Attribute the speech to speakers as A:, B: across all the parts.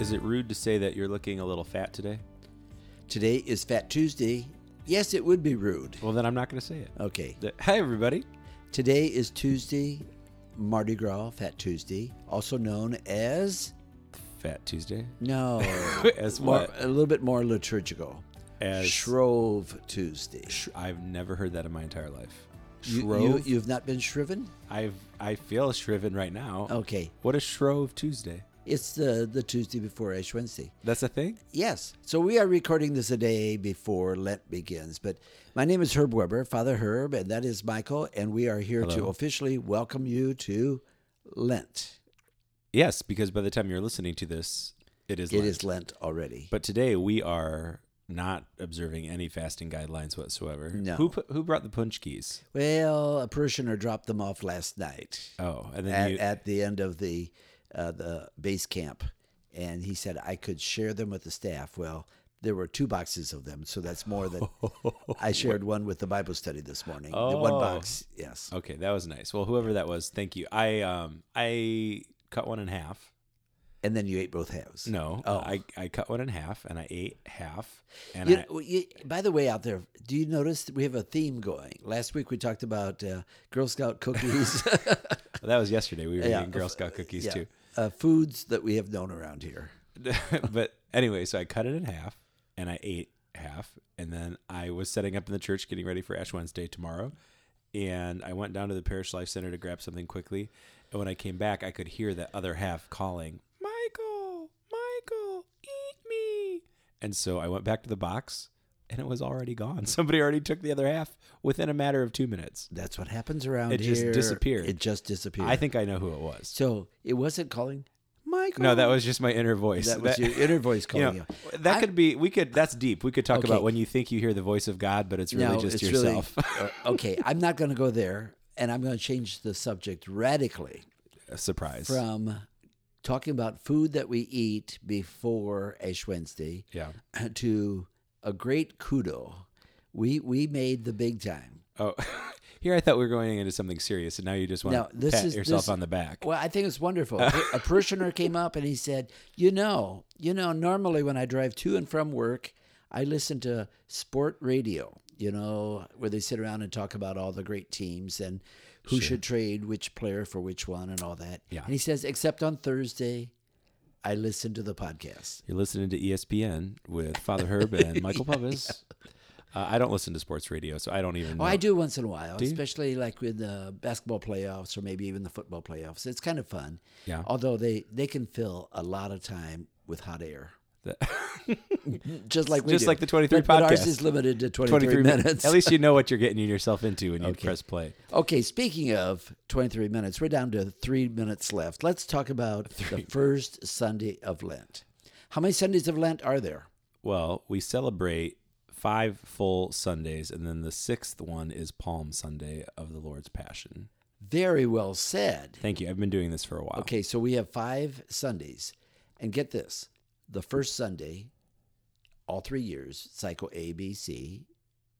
A: Is it rude to say that you're looking a little fat today?
B: Today is Fat Tuesday. Yes, it would be rude.
A: Well, then I'm not going to say it. Uh,
B: Okay.
A: Th- Hi, everybody.
B: Today is Tuesday, Mardi Gras, Fat Tuesday, also known as.
A: Fat Tuesday.
B: No.
A: As
B: More-
A: what?
B: a little bit more liturgical.
A: As
B: Shrove Tuesday.
A: Sh- I've never heard that in my entire life.
B: You-
A: Shrove.
B: You, have not been shriven?
A: I've I feel shriven right now.
B: Okay.
A: What is Shrove Tuesday?
B: It's the, the Tuesday before Ash Wednesday.
A: That's a thing.
B: Yes. So we are recording this a day before Lent begins. But my name is Herb Weber, Father Herb, and that is Michael. And we are here to
A: Hello.
B: officially welcome you to Lent.
A: Yes, because by the time you're listening to this, it is.
B: It
A: Lent.
B: is Lent already.
A: But today we are not observing any fasting guidelines whatsoever.
B: No.
A: Who put, who brought the punch keys?
B: Well, a parishioner dropped them off last night
A: Oh, and then
B: at,
A: you,
B: at the end of the uh, the base camp, and he said I could share them with the staff. Well, there were two boxes of them, so that's more than I shared one with the Bible study this morning. The one
A: Oh.
B: box, yes.
A: Okay, that was nice. Well, whoever that was, thank you. I um I cut one in half.
B: And then you ate both halves.
A: No,
B: Oh.
A: I I cut one in half and I ate half. And
B: You
A: I,
B: know, you- by the way, out there, do you notice that we have a theme going? Last week we talked about uh, Girl Scout cookies,
A: that was yesterday. We were
B: Yeah.
A: eating Girl Scout cookies
B: Yeah. Uh, foods that we have known around here.
A: too. but anyway, so I cut it in half and I ate half, and then I was setting up in the church, getting ready for Ash Wednesday tomorrow. And I went down to the parish life center to grab something quickly. And when I came back, I could hear that other half calling, "Michael, Michael, eat me!" And so I went back to the box, and it was already gone. Somebody already took the other half within a matter of two minutes.
B: That's what happens around
A: It
B: here.
A: just disappeared.
B: It just disappeared.
A: I think I know who it was.
B: so. It wasn't calling Michael.
A: No, that was just my inner voice.
B: that was your inner voice
A: you
B: calling
A: know,
B: you.
A: that
B: I-
A: could be we could that's deep. We could talk
B: Okay.
A: about when you think you hear the voice of God, but it's really
B: No,
A: just
B: it's really-
A: yourself.
B: uh, okay, I'm not going to go there, and I'm going to change the subject radically
A: A Surprise.
B: from talking about food that we eat before Ash Wednesday.
A: yeah.
B: to a great kudo. We we made the big time.
A: Oh, here I thought we were going into something serious, and now you just want
B: Now, this
A: to pat
B: is-
A: yourself
B: this-
A: on the back.
B: Well, I think it's wonderful. a parishioner came up and he said, "You know, you know, normally when I drive to and from work, I listen to sport radio. You know, where they sit around and talk about all the great teams and who should trade which player for which one and all that."
A: Yeah.
B: And he says, "Except on Thursday, I listen to the podcast."
A: You're listening to E ESPN with Father Herb and Michael Pubis. Uh, I don't listen to sports radio, so I don't even know.
B: Oh, I do once in a while,
A: you?
B: especially like with the basketball playoffs or maybe even the football playoffs. It's kind of fun.
A: Yeah.
B: Although they they can fill a lot of time with hot air.
A: That-
B: Just like we
A: Just
B: do.
A: like the 23
B: but, but
A: podcast.
B: ours is limited to 23,
A: 23 minutes.
B: minutes.
A: At least you know what you're getting yourself into when you press play.
B: Okay, speaking of 23 minutes, we're down to 3 minutes left. Let's talk about the first Sunday of Lent. How many Sundays of Lent are there?
A: Well, we celebrate five full Sundays, and then the sixth one is Palm Sunday of the Lord's Passion.
B: Very well said.
A: Thank you. I've been doing this for a while.
B: Okay, so we have five Sundays. And get this the first Sunday, all three years, cycle A, B, C,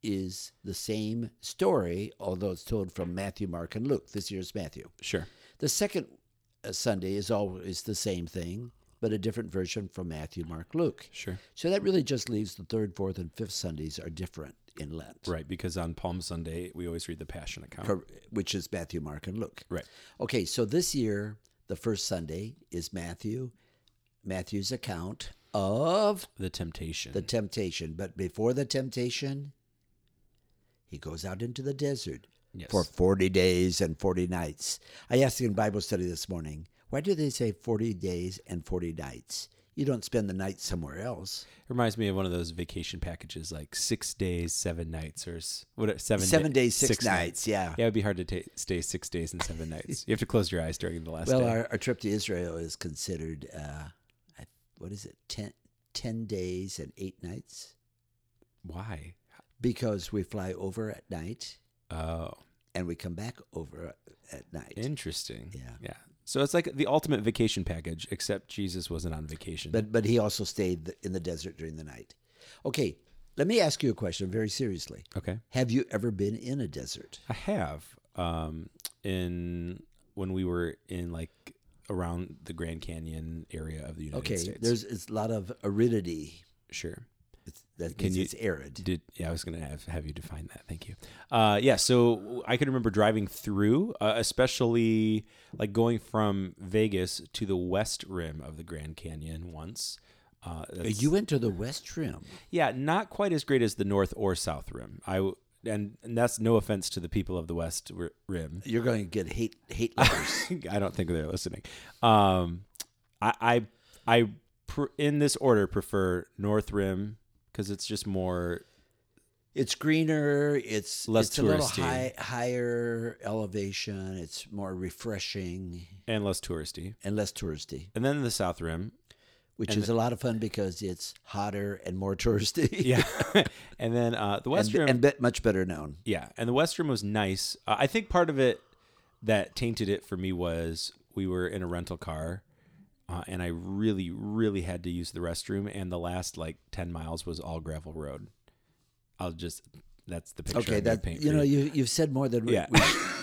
B: is the same story, although it's told from Matthew, Mark, and Luke. This year's Matthew.
A: Sure.
B: The second uh, Sunday is always the same thing, but a different version from Matthew, Mark, Luke.
A: Sure.
B: So that really just leaves the third, fourth, and fifth Sundays are different in Lent,
A: Right, because on Palm Sunday we always read the Passion account.
B: Cor- which is Matthew, Mark, and Luke.
A: Right.
B: Okay, so this year, the first Sunday is Matthew, Matthew's account of
A: The temptation.
B: the temptation. But before the temptation, he goes out into the desert
A: Yes.
B: for 40 days and 40 nights. I asked in Bible study this morning, why do they say 40 days and 40 nights? You don't spend the night somewhere else.
A: Reminds me of one of those vacation packages, like six days, seven nights, or s- what? Seven
B: Seven
A: da-
B: days, six, nights. Yeah.
A: Yeah, it would be hard to ta stay six days and seven nights. You have to close your eyes during the last
B: Well,
A: day.
B: our, our trip to Israel is considered, uh, I- what is it, 10, 10 days and eight nights?
A: Why?
B: because we fly over at night
A: Oh,
B: and we come back over at night.
A: interesting.
B: Yeah.
A: Yeah. So it's like the ultimate vacation package, except Jesus wasn't on vacation.
B: but but he also stayed th- in the desert during the night. Okay, let me ask you a question very seriously.
A: okay.
B: Have you ever been in a desert?
A: I have. Um, in when we were in like around the Grand Canyon area of the United
B: Okay,
A: States.
B: there's it's a lot of aridity.
A: sure.
B: It's, that
A: Can
B: means
A: you-
B: it's arid.
A: Did yeah, I was gonna have have you define that. Thank you. Uh, yeah, so I can remember driving through, uh, especially like going from Vegas to the west rim of the Grand Canyon once. Uh, that's-
B: You went to the West Rim.
A: yeah, not quite as great as the north or south rim. I w- and, and that's no offense to the people of the west ri- rim.
B: You're going to get hate hate letters.
A: I don't think they're listening. Um, I I, I pr- in this order prefer North Rim because it's just more.
B: it's greener. It's
A: Less
B: it's a little
A: touristy.
B: high, higher elevation. It's more refreshing
A: And less touristy,
B: and less touristy,
A: and then the South Rim,
B: which is a lot of fun because it's hotter and more touristy.
A: yeah, and then uh, the West
B: and,
A: Rim,
B: and bet much better known.
A: yeah, and the West Rim was nice. Uh, I think part of it that tainted it for me was we were in a rental car, uh, and I really, really had to use the restroom, and the last like ten miles was all gravel road. I'll just that's the picture.
B: Okay,
A: I'm gonna
B: that
A: paint
B: you
A: for
B: know you you've said more than we,
A: Yeah.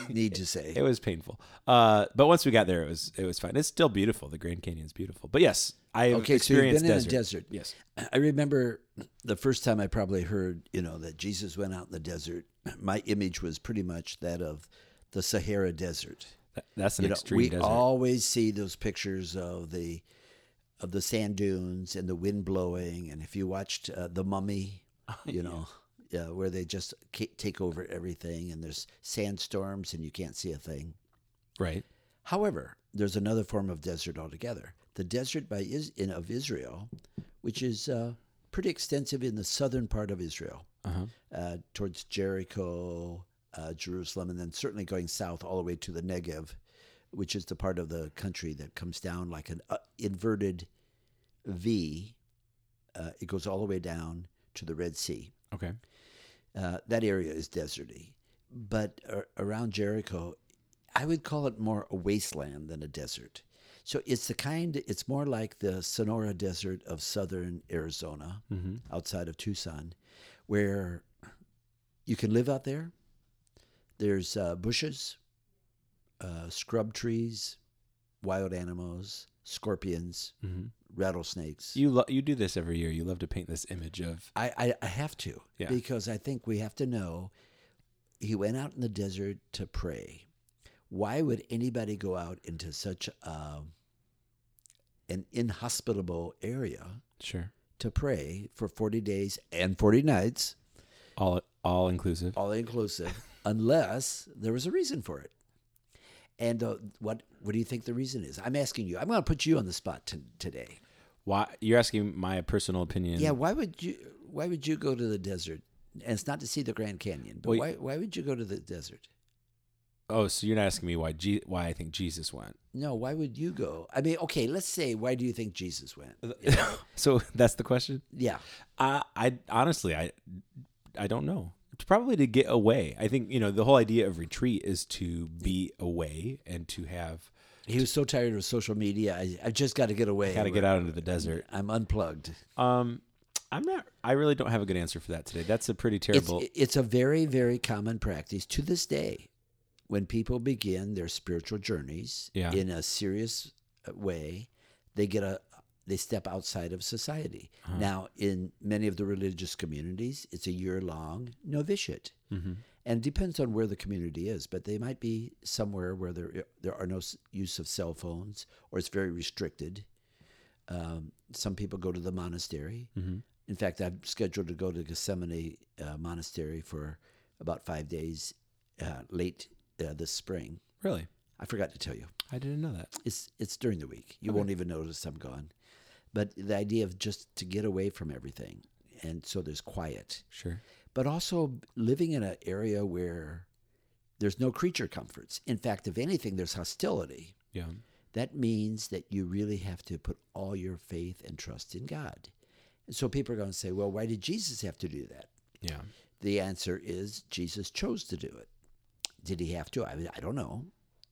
B: we need to say.
A: it was painful. Uh, but once we got there, it was it was fine. It's still beautiful. The Grand Canyon's beautiful. But yes, I have
B: Okay, so you've
A: experienced
B: been in a
A: desert.
B: desert.
A: Yes,
B: I remember the first time I probably heard, you know, that Jesus went out in the desert. My image was pretty much that of the Sahara Desert.
A: That- that's an
B: You know,
A: extreme
B: we
A: desert.
B: always see those pictures of the of the sand dunes and the wind blowing. And if you watched uh, The Mummy, you know, yeah, where they just ca- take over everything and there's sandstorms and you can't see a thing.
A: right.
B: However, there's another form of desert altogether. The desert by is, in, of Israel, which is uh, pretty extensive in the southern part of Israel,
A: Uh-huh.
B: uh, towards Jericho, uh, Jerusalem, and then certainly going south all the way to the Negev, which is the part of the country that comes down like an uh, inverted V. Uh, it goes all the way down to the Red Sea
A: Okay.
B: uh, that area is deserty. But ar- around Jericho, I would call it more a wasteland than a desert. So it's the kind, it's more like the Sonora Desert of southern Arizona,
A: Mm-hmm.
B: outside of Tucson, where you can live out there. There's uh, bushes, uh, scrub trees, wild animals, scorpions,
A: Mm-hmm.
B: rattlesnakes.
A: You lo- you do this every year. You love to paint this image of
B: I, I, I have to
A: Yeah.
B: because I think we have to know he went out in the desert to pray. Why would anybody go out into such a, an inhospitable area
A: sure
B: to pray for 40 days and 40 nights,
A: all all inclusive.
B: all inclusive, unless there was a reason for it? And uh, what what do you think the reason is? I'm asking you. I'm going to put you on the spot t- today.
A: Why you're asking my personal opinion?
B: Yeah, why would you why would you go to the desert? And it's not to see the Grand Canyon, but
A: Well,
B: why why would you go to the desert?
A: Oh, so you're not asking me why Je- why I think Jesus went.
B: No, why would you go? I mean, okay, let's say why do you think Jesus went?
A: Uh, so that's the question.
B: Yeah.
A: I, I honestly, I, I don't know. Probably to get away. I think you know the whole idea of retreat is to be away and to have
B: He was so tired of social media. I, I just got to get away.
A: got to get out into the desert.
B: I'm unplugged.
A: Um, I'm not. I really don't have a good answer for that today. That's a pretty
B: It's,
A: terrible.
B: it's a very, very common practice to this day when people begin their spiritual journeys
A: Yeah.
B: in a serious uh, way. They get a they step outside of society.
A: Uh-huh.
B: Now, in many of the religious communities, it's a year long novitiate,
A: Mm-hmm.
B: and it depends on where the community is. But they might be somewhere where there there are no s- use of cell phones, or it's very restricted. Um, some people go to the monastery. In fact, I'm scheduled to go to Gethsemane uh, Monastery for about five days uh, late uh, this spring.
A: really,
B: I forgot to tell you.
A: I didn't know that.
B: It's it's during the week. You won't even notice I'm gone. But the idea of just to get away from everything, and so there's quiet,
A: Sure.
B: but also living in an area where there's no creature comforts. In fact, if anything, there's hostility.
A: Yeah.
B: That means that you really have to put all your faith and trust in God. And so people are going to say, well, why did Jesus have to do that?
A: Yeah.
B: The answer is Jesus chose to do it. Did he have to? I, I don't know.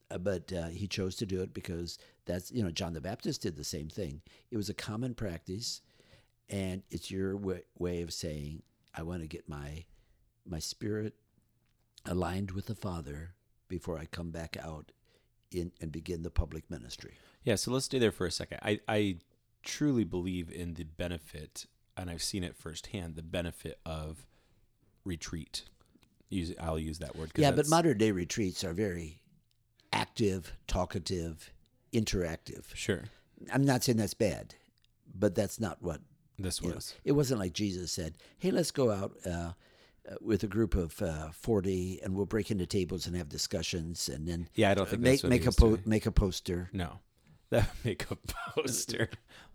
B: Uh, But uh, he chose to do it because that's, you know, John the Baptist did the same thing. It was a common practice, and it's your wa way of saying, I want to get my, my spirit aligned with the Father before I come back out in and begin the public ministry.
A: Yeah, so let's stay there for a second. I, I truly believe in the benefit, and I've seen it firsthand, the benefit of retreat. Use I'll use that word. 'cause
B: Yeah, but
A: that's-
B: modern day retreats are very active, talkative, interactive.
A: sure,
B: I'm not saying that's bad, but that's not what
A: this
B: you know,
A: was
B: it wasn't like Jesus said, "Hey, let's go out uh, uh, with a group of uh, forty, and we'll break into tables and have discussions, and then
A: Yeah, I don't think
B: make
A: that's what he
B: make a
A: was
B: po-
A: doing.
B: make a poster."
A: no that would make a poster.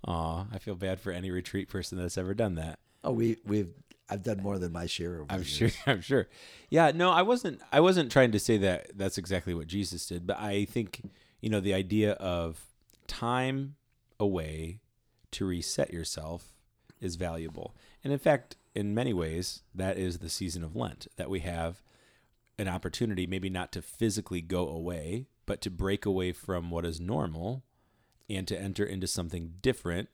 A: Aw, I feel bad for any retreat person that's ever done that.
B: Oh, we we've I've done more than my share. Over
A: I'm
B: the
A: sure. I'm sure. Yeah. No, I wasn't. I wasn't trying to say that that's exactly what Jesus did, but I think you know the idea of time away to reset yourself is valuable, and in fact, in many ways, that is the season of Lent that we have an opportunity, maybe not to physically go away, but to break away from what is normal and to enter into something different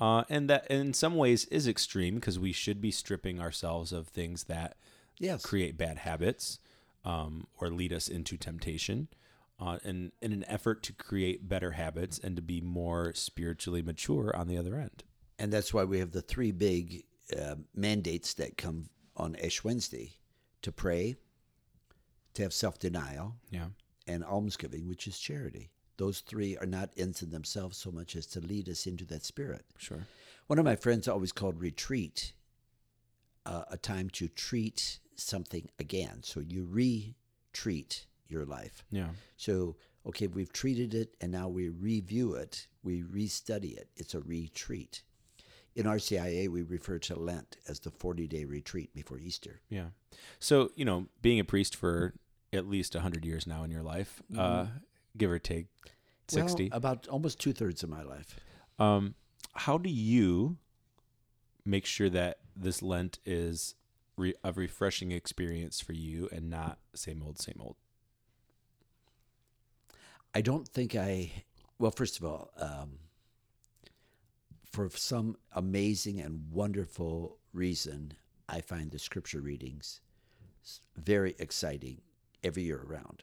A: uh, and that in some ways is extreme because we should be stripping ourselves of things that
B: Yes.
A: create bad habits um, or lead us into temptation uh, and in an effort to create better habits and to be more spiritually mature on the other end
B: and that's why we have the three big uh, mandates that come on Ash Wednesday: to pray, to have self denial,
A: yeah
B: and almsgiving, which is charity. Those three are not ends in themselves so much as to lead us into that spirit.
A: sure
B: One of my friends always called retreat uh, a time to treat something again. So you retreat your life.
A: yeah
B: So, okay, we've treated it and now we review it, we restudy it. It's a retreat. In RCIA, we refer to Lent as the 40 day retreat before Easter.
A: yeah so you know being a priest for at least 100 years now in your life uh, give or take 60
B: Well, about almost two thirds of my life.
A: Um, how do you make sure that this Lent is re- a refreshing experience for you and not same old, same old?
B: I don't think I. Well, first of all, um, for some amazing and wonderful reason, I find the scripture readings s- very exciting every year around.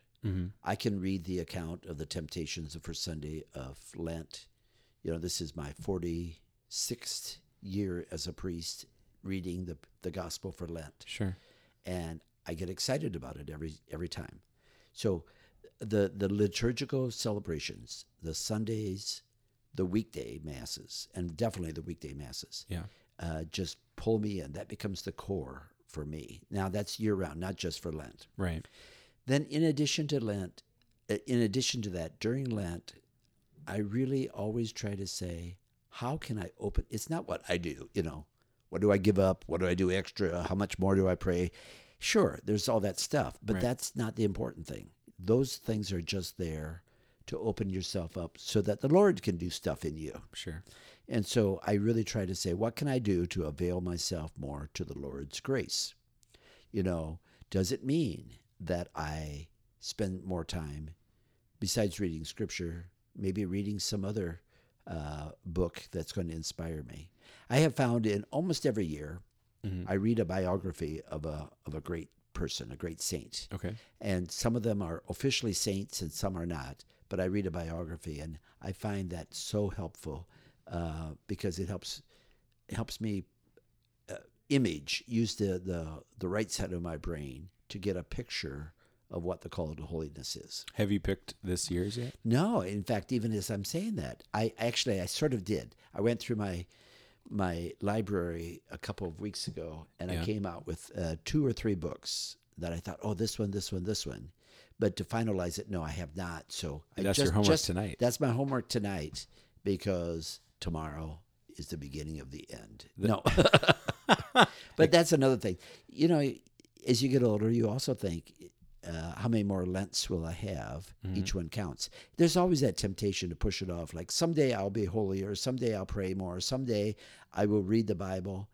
B: I can read the account of the temptations of First Sunday of Lent. You know, this is my 46th year as a priest reading the, the gospel for Lent
A: Sure.
B: and I get excited about it every every time. So the the liturgical celebrations, the Sundays, the weekday masses, and definitely the weekday masses,
A: Yeah.
B: uh, just pull me in. That becomes the core for me. Now that's year round, not just for Lent.
A: Right.
B: Then, in addition to Lent, uh, in addition to that, during Lent, I really always try to say, how can I open? It's not what I do, you know. What do I give up? What do I do extra? How much more do I pray? Sure, there's all that stuff, but
A: Right.
B: that's not the important thing. Those things are just there to open yourself up so that the Lord can do stuff in you.
A: Sure.
B: And so I really try to say, what can I do to avail myself more to the Lord's grace? You know, does it mean that I spend more time, besides reading scripture, maybe reading some other uh, book that's going to inspire me? I have found in almost every year, I read a biography of a, of a great person, a great saint
A: Okay.
B: and some of them are officially saints and some are not. But I read a biography and I find that so helpful uh, because it helps it helps me uh, image use the, the the right side of my brain to get a picture of what the call to holiness is.
A: Have you picked this year's yet?
B: No, in fact, even as I'm saying that, I actually I sort of did. I went through my my library a couple of weeks ago, and
A: Yeah.
B: I came out with uh, two or three books that I thought, oh, this one, this one, this one. But to finalize it, no, I have not. So I
A: That's your
B: just-
A: homework
B: just-
A: tonight.
B: That's my homework tonight because tomorrow is the beginning of the end. no, but that's another thing. You know, as you get older, you also think, uh, how many more Lents will I have? Each one counts. There's always that temptation to push it off, like someday I'll be holier, someday I'll pray more, someday I will read the Bible.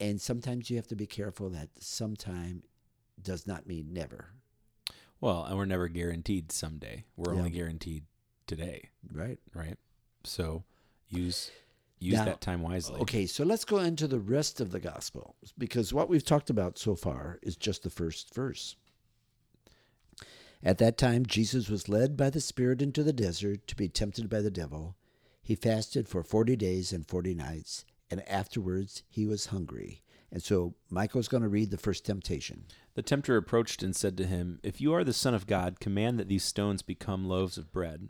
B: And sometimes you have to be careful that sometime does not mean never,
A: Well, and we're never guaranteed someday. We're
B: Yeah.
A: only guaranteed today,
B: right?
A: right? So use use
B: Now-
A: that time wisely.
B: Okay, so let's go into the rest of the gospel because what we've talked about so far is just the first verse. At that time, Jesus was led by the Spirit into the desert to be tempted by the devil. He fasted for 40 days and 40 nights, and afterwards he was hungry. And so Michael's going to read the first temptation.
A: The tempter approached and said to him, If you are the Son of God, command that these stones become loaves of bread.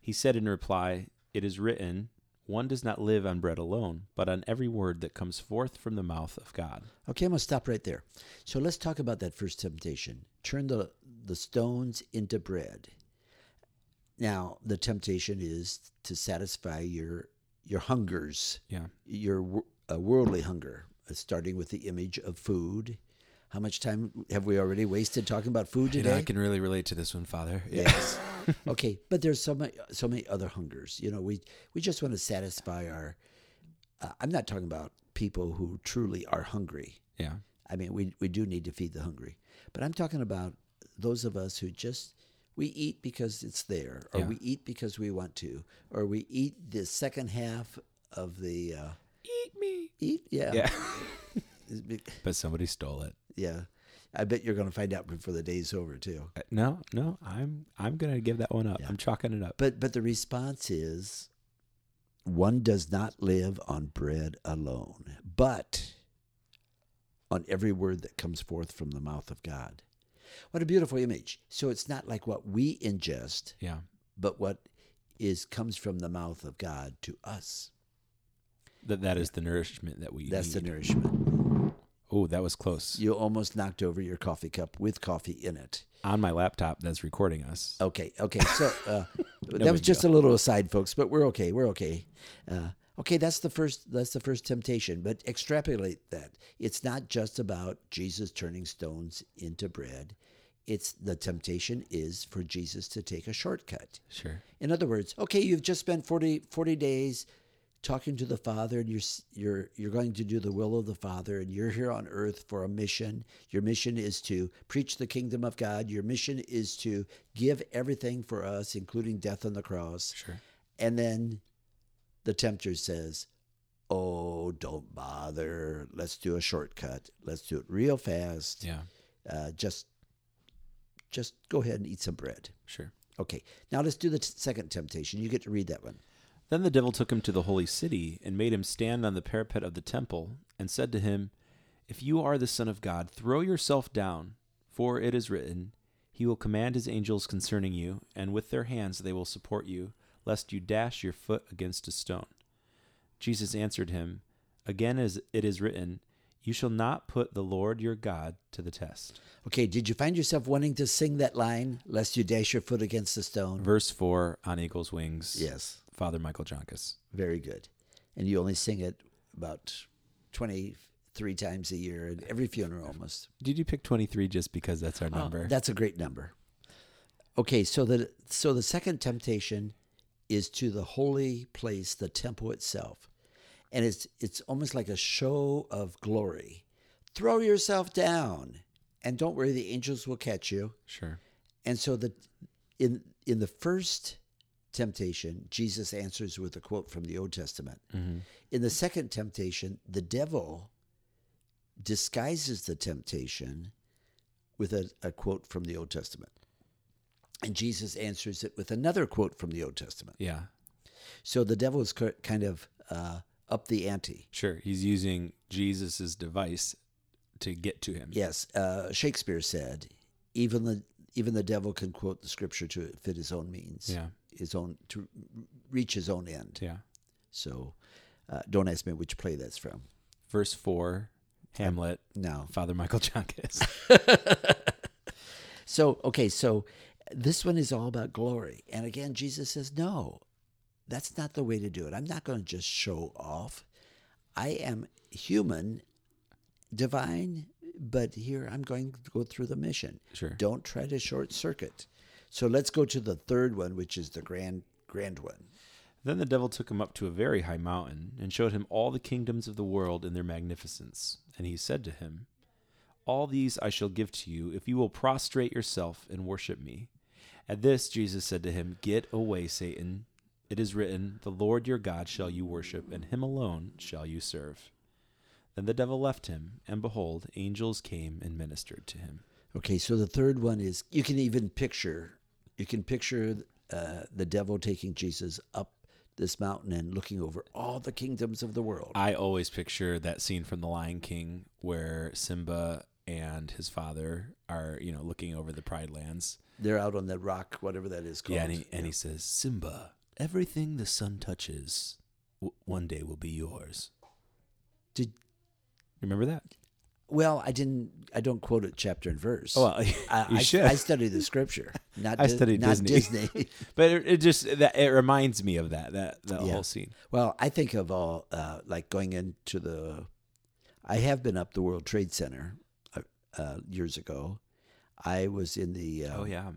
A: He said in reply, It is written, One does not live on bread alone, but on every word that comes forth from the mouth of God.
B: Okay, I'm going to stop right there. So let's talk about that first temptation. Turn the, the stones into bread. Now, the temptation is to satisfy your your hungers,
A: Yeah.
B: your wor- uh, worldly hunger, uh, starting with the image of food. How much time have we already wasted talking about food
A: You know, I
B: today?
A: can really relate to this one, Father.
B: Yes. okay, but there's so many so many other hungers. You know, we we just want to satisfy our. Uh, I'm not talking about people who truly are hungry.
A: Yeah.
B: I mean, we we do need to feed the hungry, but I'm talking about those of us who just we eat because it's there, or
A: Yeah.
B: we eat because we want to, or we eat the second half of the uh,
A: Eat me.
B: eat. Yeah,
A: Yeah.
B: It's be-
A: but somebody stole it.
B: yeah. I bet you're going to find out before the day's over too.
A: Uh, No, no, I'm I'm gonna give that one up.
B: Yeah.
A: I'm chalking it up.
B: But but the response is one does not live on bread alone, but on every word that comes forth from the mouth of God. What a beautiful image. So it's not like what we ingest,
A: yeah.
B: but what is comes from the mouth of God to us.
A: That that is the nourishment that we
B: That's the
A: need.
B: nourishment.
A: oh, that was close.
B: You almost knocked over your coffee cup with coffee in it.
A: On my laptop that's recording us.
B: Okay, okay. So uh, that
A: big
B: was just a little aside, folks. But we're okay. We're okay. Uh, okay, that's the first. That's the first temptation. But extrapolate that. It's not just about Jesus turning stones into bread. It's the temptation is for Jesus to take a shortcut.
A: Sure.
B: In other words, okay, you've just spent 40, 40 days talking to the Father, and you're s- you're you're going to do the will of the Father, and you're here on earth for a mission. Your mission is to preach the kingdom of God. Your mission is to give everything for us, including death on the cross.
A: Sure.
B: And then the tempter says, "Oh, don't bother. Let's do a shortcut. Let's do it real fast.
A: Yeah.
B: Uh, just just go ahead and eat some bread."
A: Sure.
B: Okay, now let's do the t- second temptation. You get to read that one.
A: Then the devil took him to the holy city and made him stand on the parapet of the temple and said to him, If you are the Son of God, throw yourself down, for it is written, He will command His angels concerning you, and with their hands they will support you, lest you dash your foot against a stone. Jesus answered him, Again, as it is written, You shall not put the Lord your God to the test.
B: Okay, did you find yourself wanting to sing that line, lest you dash your foot against the stone?
A: Verse 4 on Eagle's Wings.
B: Yes,
A: Father Michael Jonkus.
B: very good. And you only sing it about 23 times a year at every funeral almost.
A: Did you pick 23 just because that's our number?
B: That's a great number. Okay, so the so the second temptation is to the holy place, the temple itself. And it's it's almost like a show of glory. Throw yourself down and don't worry the angels will catch you.
A: sure.
B: And so the in in the first temptation, Jesus answers with a quote from the Old Testament. In the second temptation, the devil disguises the temptation with a, a quote from the Old Testament. And Jesus answers it with another quote from the Old Testament.
A: Yeah.
B: So the devil is ki- kind of uh, up the ante.
A: Sure, he's using Jesus's device to get to him.
B: Yes, uh, Shakespeare said, "Even the even the devil can quote the scripture to fit his own means,
A: Yeah.
B: his own to reach his own end."
A: Yeah.
B: So, uh, don't ask me which play that's from.
A: Verse 4, Hamlet,
B: No.
A: Father Michael Jonkis.
B: So okay, so this one is all about glory, and again, Jesus says, "No, that's not the way to do it. I'm not going to just show off. I am human, divine, but here I'm going to go through the mission.
A: Sure.
B: Don't try to short circuit. So let's go to the third one, which is the grand grand one.
A: Then the devil took him up to a very high mountain and showed him all the kingdoms of the world and their magnificence. And he said to him, All these I shall give to you if you will prostrate yourself and worship me. At this, Jesus said to him, Get away, Satan. It is written, The Lord your God shall you worship, and him alone shall you serve. Then the devil left him, and behold, angels came and ministered to him.
B: Okay, so the third one is you can even picture, you can picture uh, the devil taking Jesus up this mountain and looking over all the kingdoms of the world.
A: I always picture that scene from The Lion King where Simba and his father are, you know, looking over the Pride Lands.
B: They're out on the rock, whatever that is called.
A: Yeah, and he, and he says, Simba, everything the sun touches w- one day will be yours.
B: Did
A: Remember that?
B: well, I didn't. I don't quote it chapter and verse.
A: Oh, well, you
B: I, I,
A: should.
B: I study the scripture, not
A: I
B: Di-
A: studied
B: not
A: Disney.
B: Disney.
A: but it, it just that it reminds me of that that that
B: Yeah.
A: whole scene.
B: Well, I think of all uh, like going into the. I have been up the World Trade Center uh, uh, years ago. I was in the uh,
A: Oh yeah,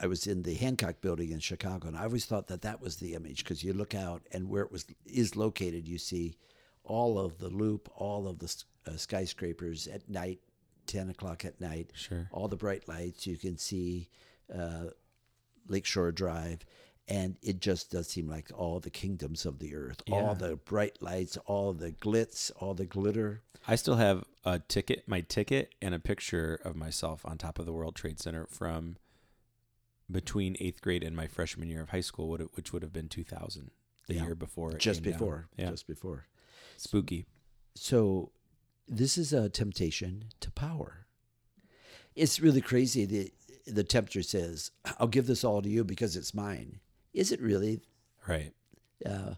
B: I was in the Hancock Building in Chicago, and I always thought that that was the image because you look out and where it was is located, you see all of the loop, all of the s- uh, skyscrapers at night, ten o'clock at night,
A: sure.
B: all the bright lights. You can see uh, Lakeshore Drive, and it just does seem like all the kingdoms of the earth, all
A: Yeah.
B: the bright lights, all the glitz, all the glitter.
A: I still have a ticket, my ticket, and a picture of myself on top of the World Trade Center from between eighth grade and my freshman year of high school, would- which would have been 2000, the
B: Yeah.
A: year before. it
B: Just
A: came down.
B: before,
A: Yeah.
B: just before.
A: Spooky.
B: So, this is a temptation to power. It's really crazy. The the tempter says, "I'll give this all to you because it's mine." Is it really?
A: Right.
B: Uh,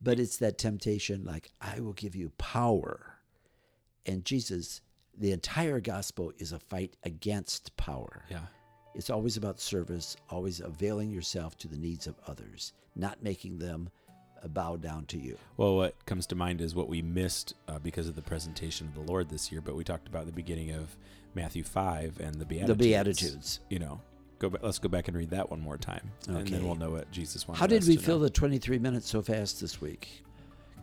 B: but it's that temptation, like I will give you power, and Jesus. The entire gospel is a fight against power.
A: Yeah.
B: It's always about service, always availing yourself to the needs of others, not making them uh, bow down to you.
A: Well, what comes to mind is what we missed uh, because of the presentation of the Lord this year, but we talked about the beginning of Matthew 5 and the Beatitudes.
B: The Beatitudes.
A: You know, go ba- let's go back and read that one more time, and
B: Okay.
A: then we'll know what Jesus wanted
B: How did
A: us
B: we
A: to
B: fill
A: know.
B: the 23 minutes so fast this week?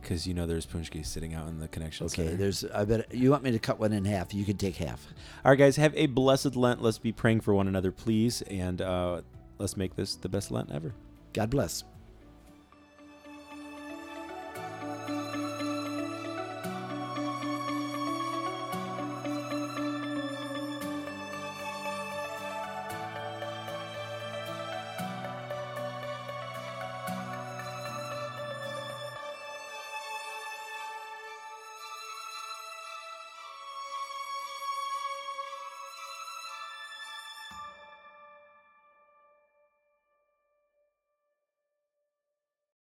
A: Because you know there's Punchki sitting out in the connection
B: Okay,
A: center.
B: there's. I bet you want me to cut one in half. You can take half.
A: All right, guys, have a blessed Lent. Let's be praying for one another, please, and uh, let's make this the best Lent ever.
B: God bless.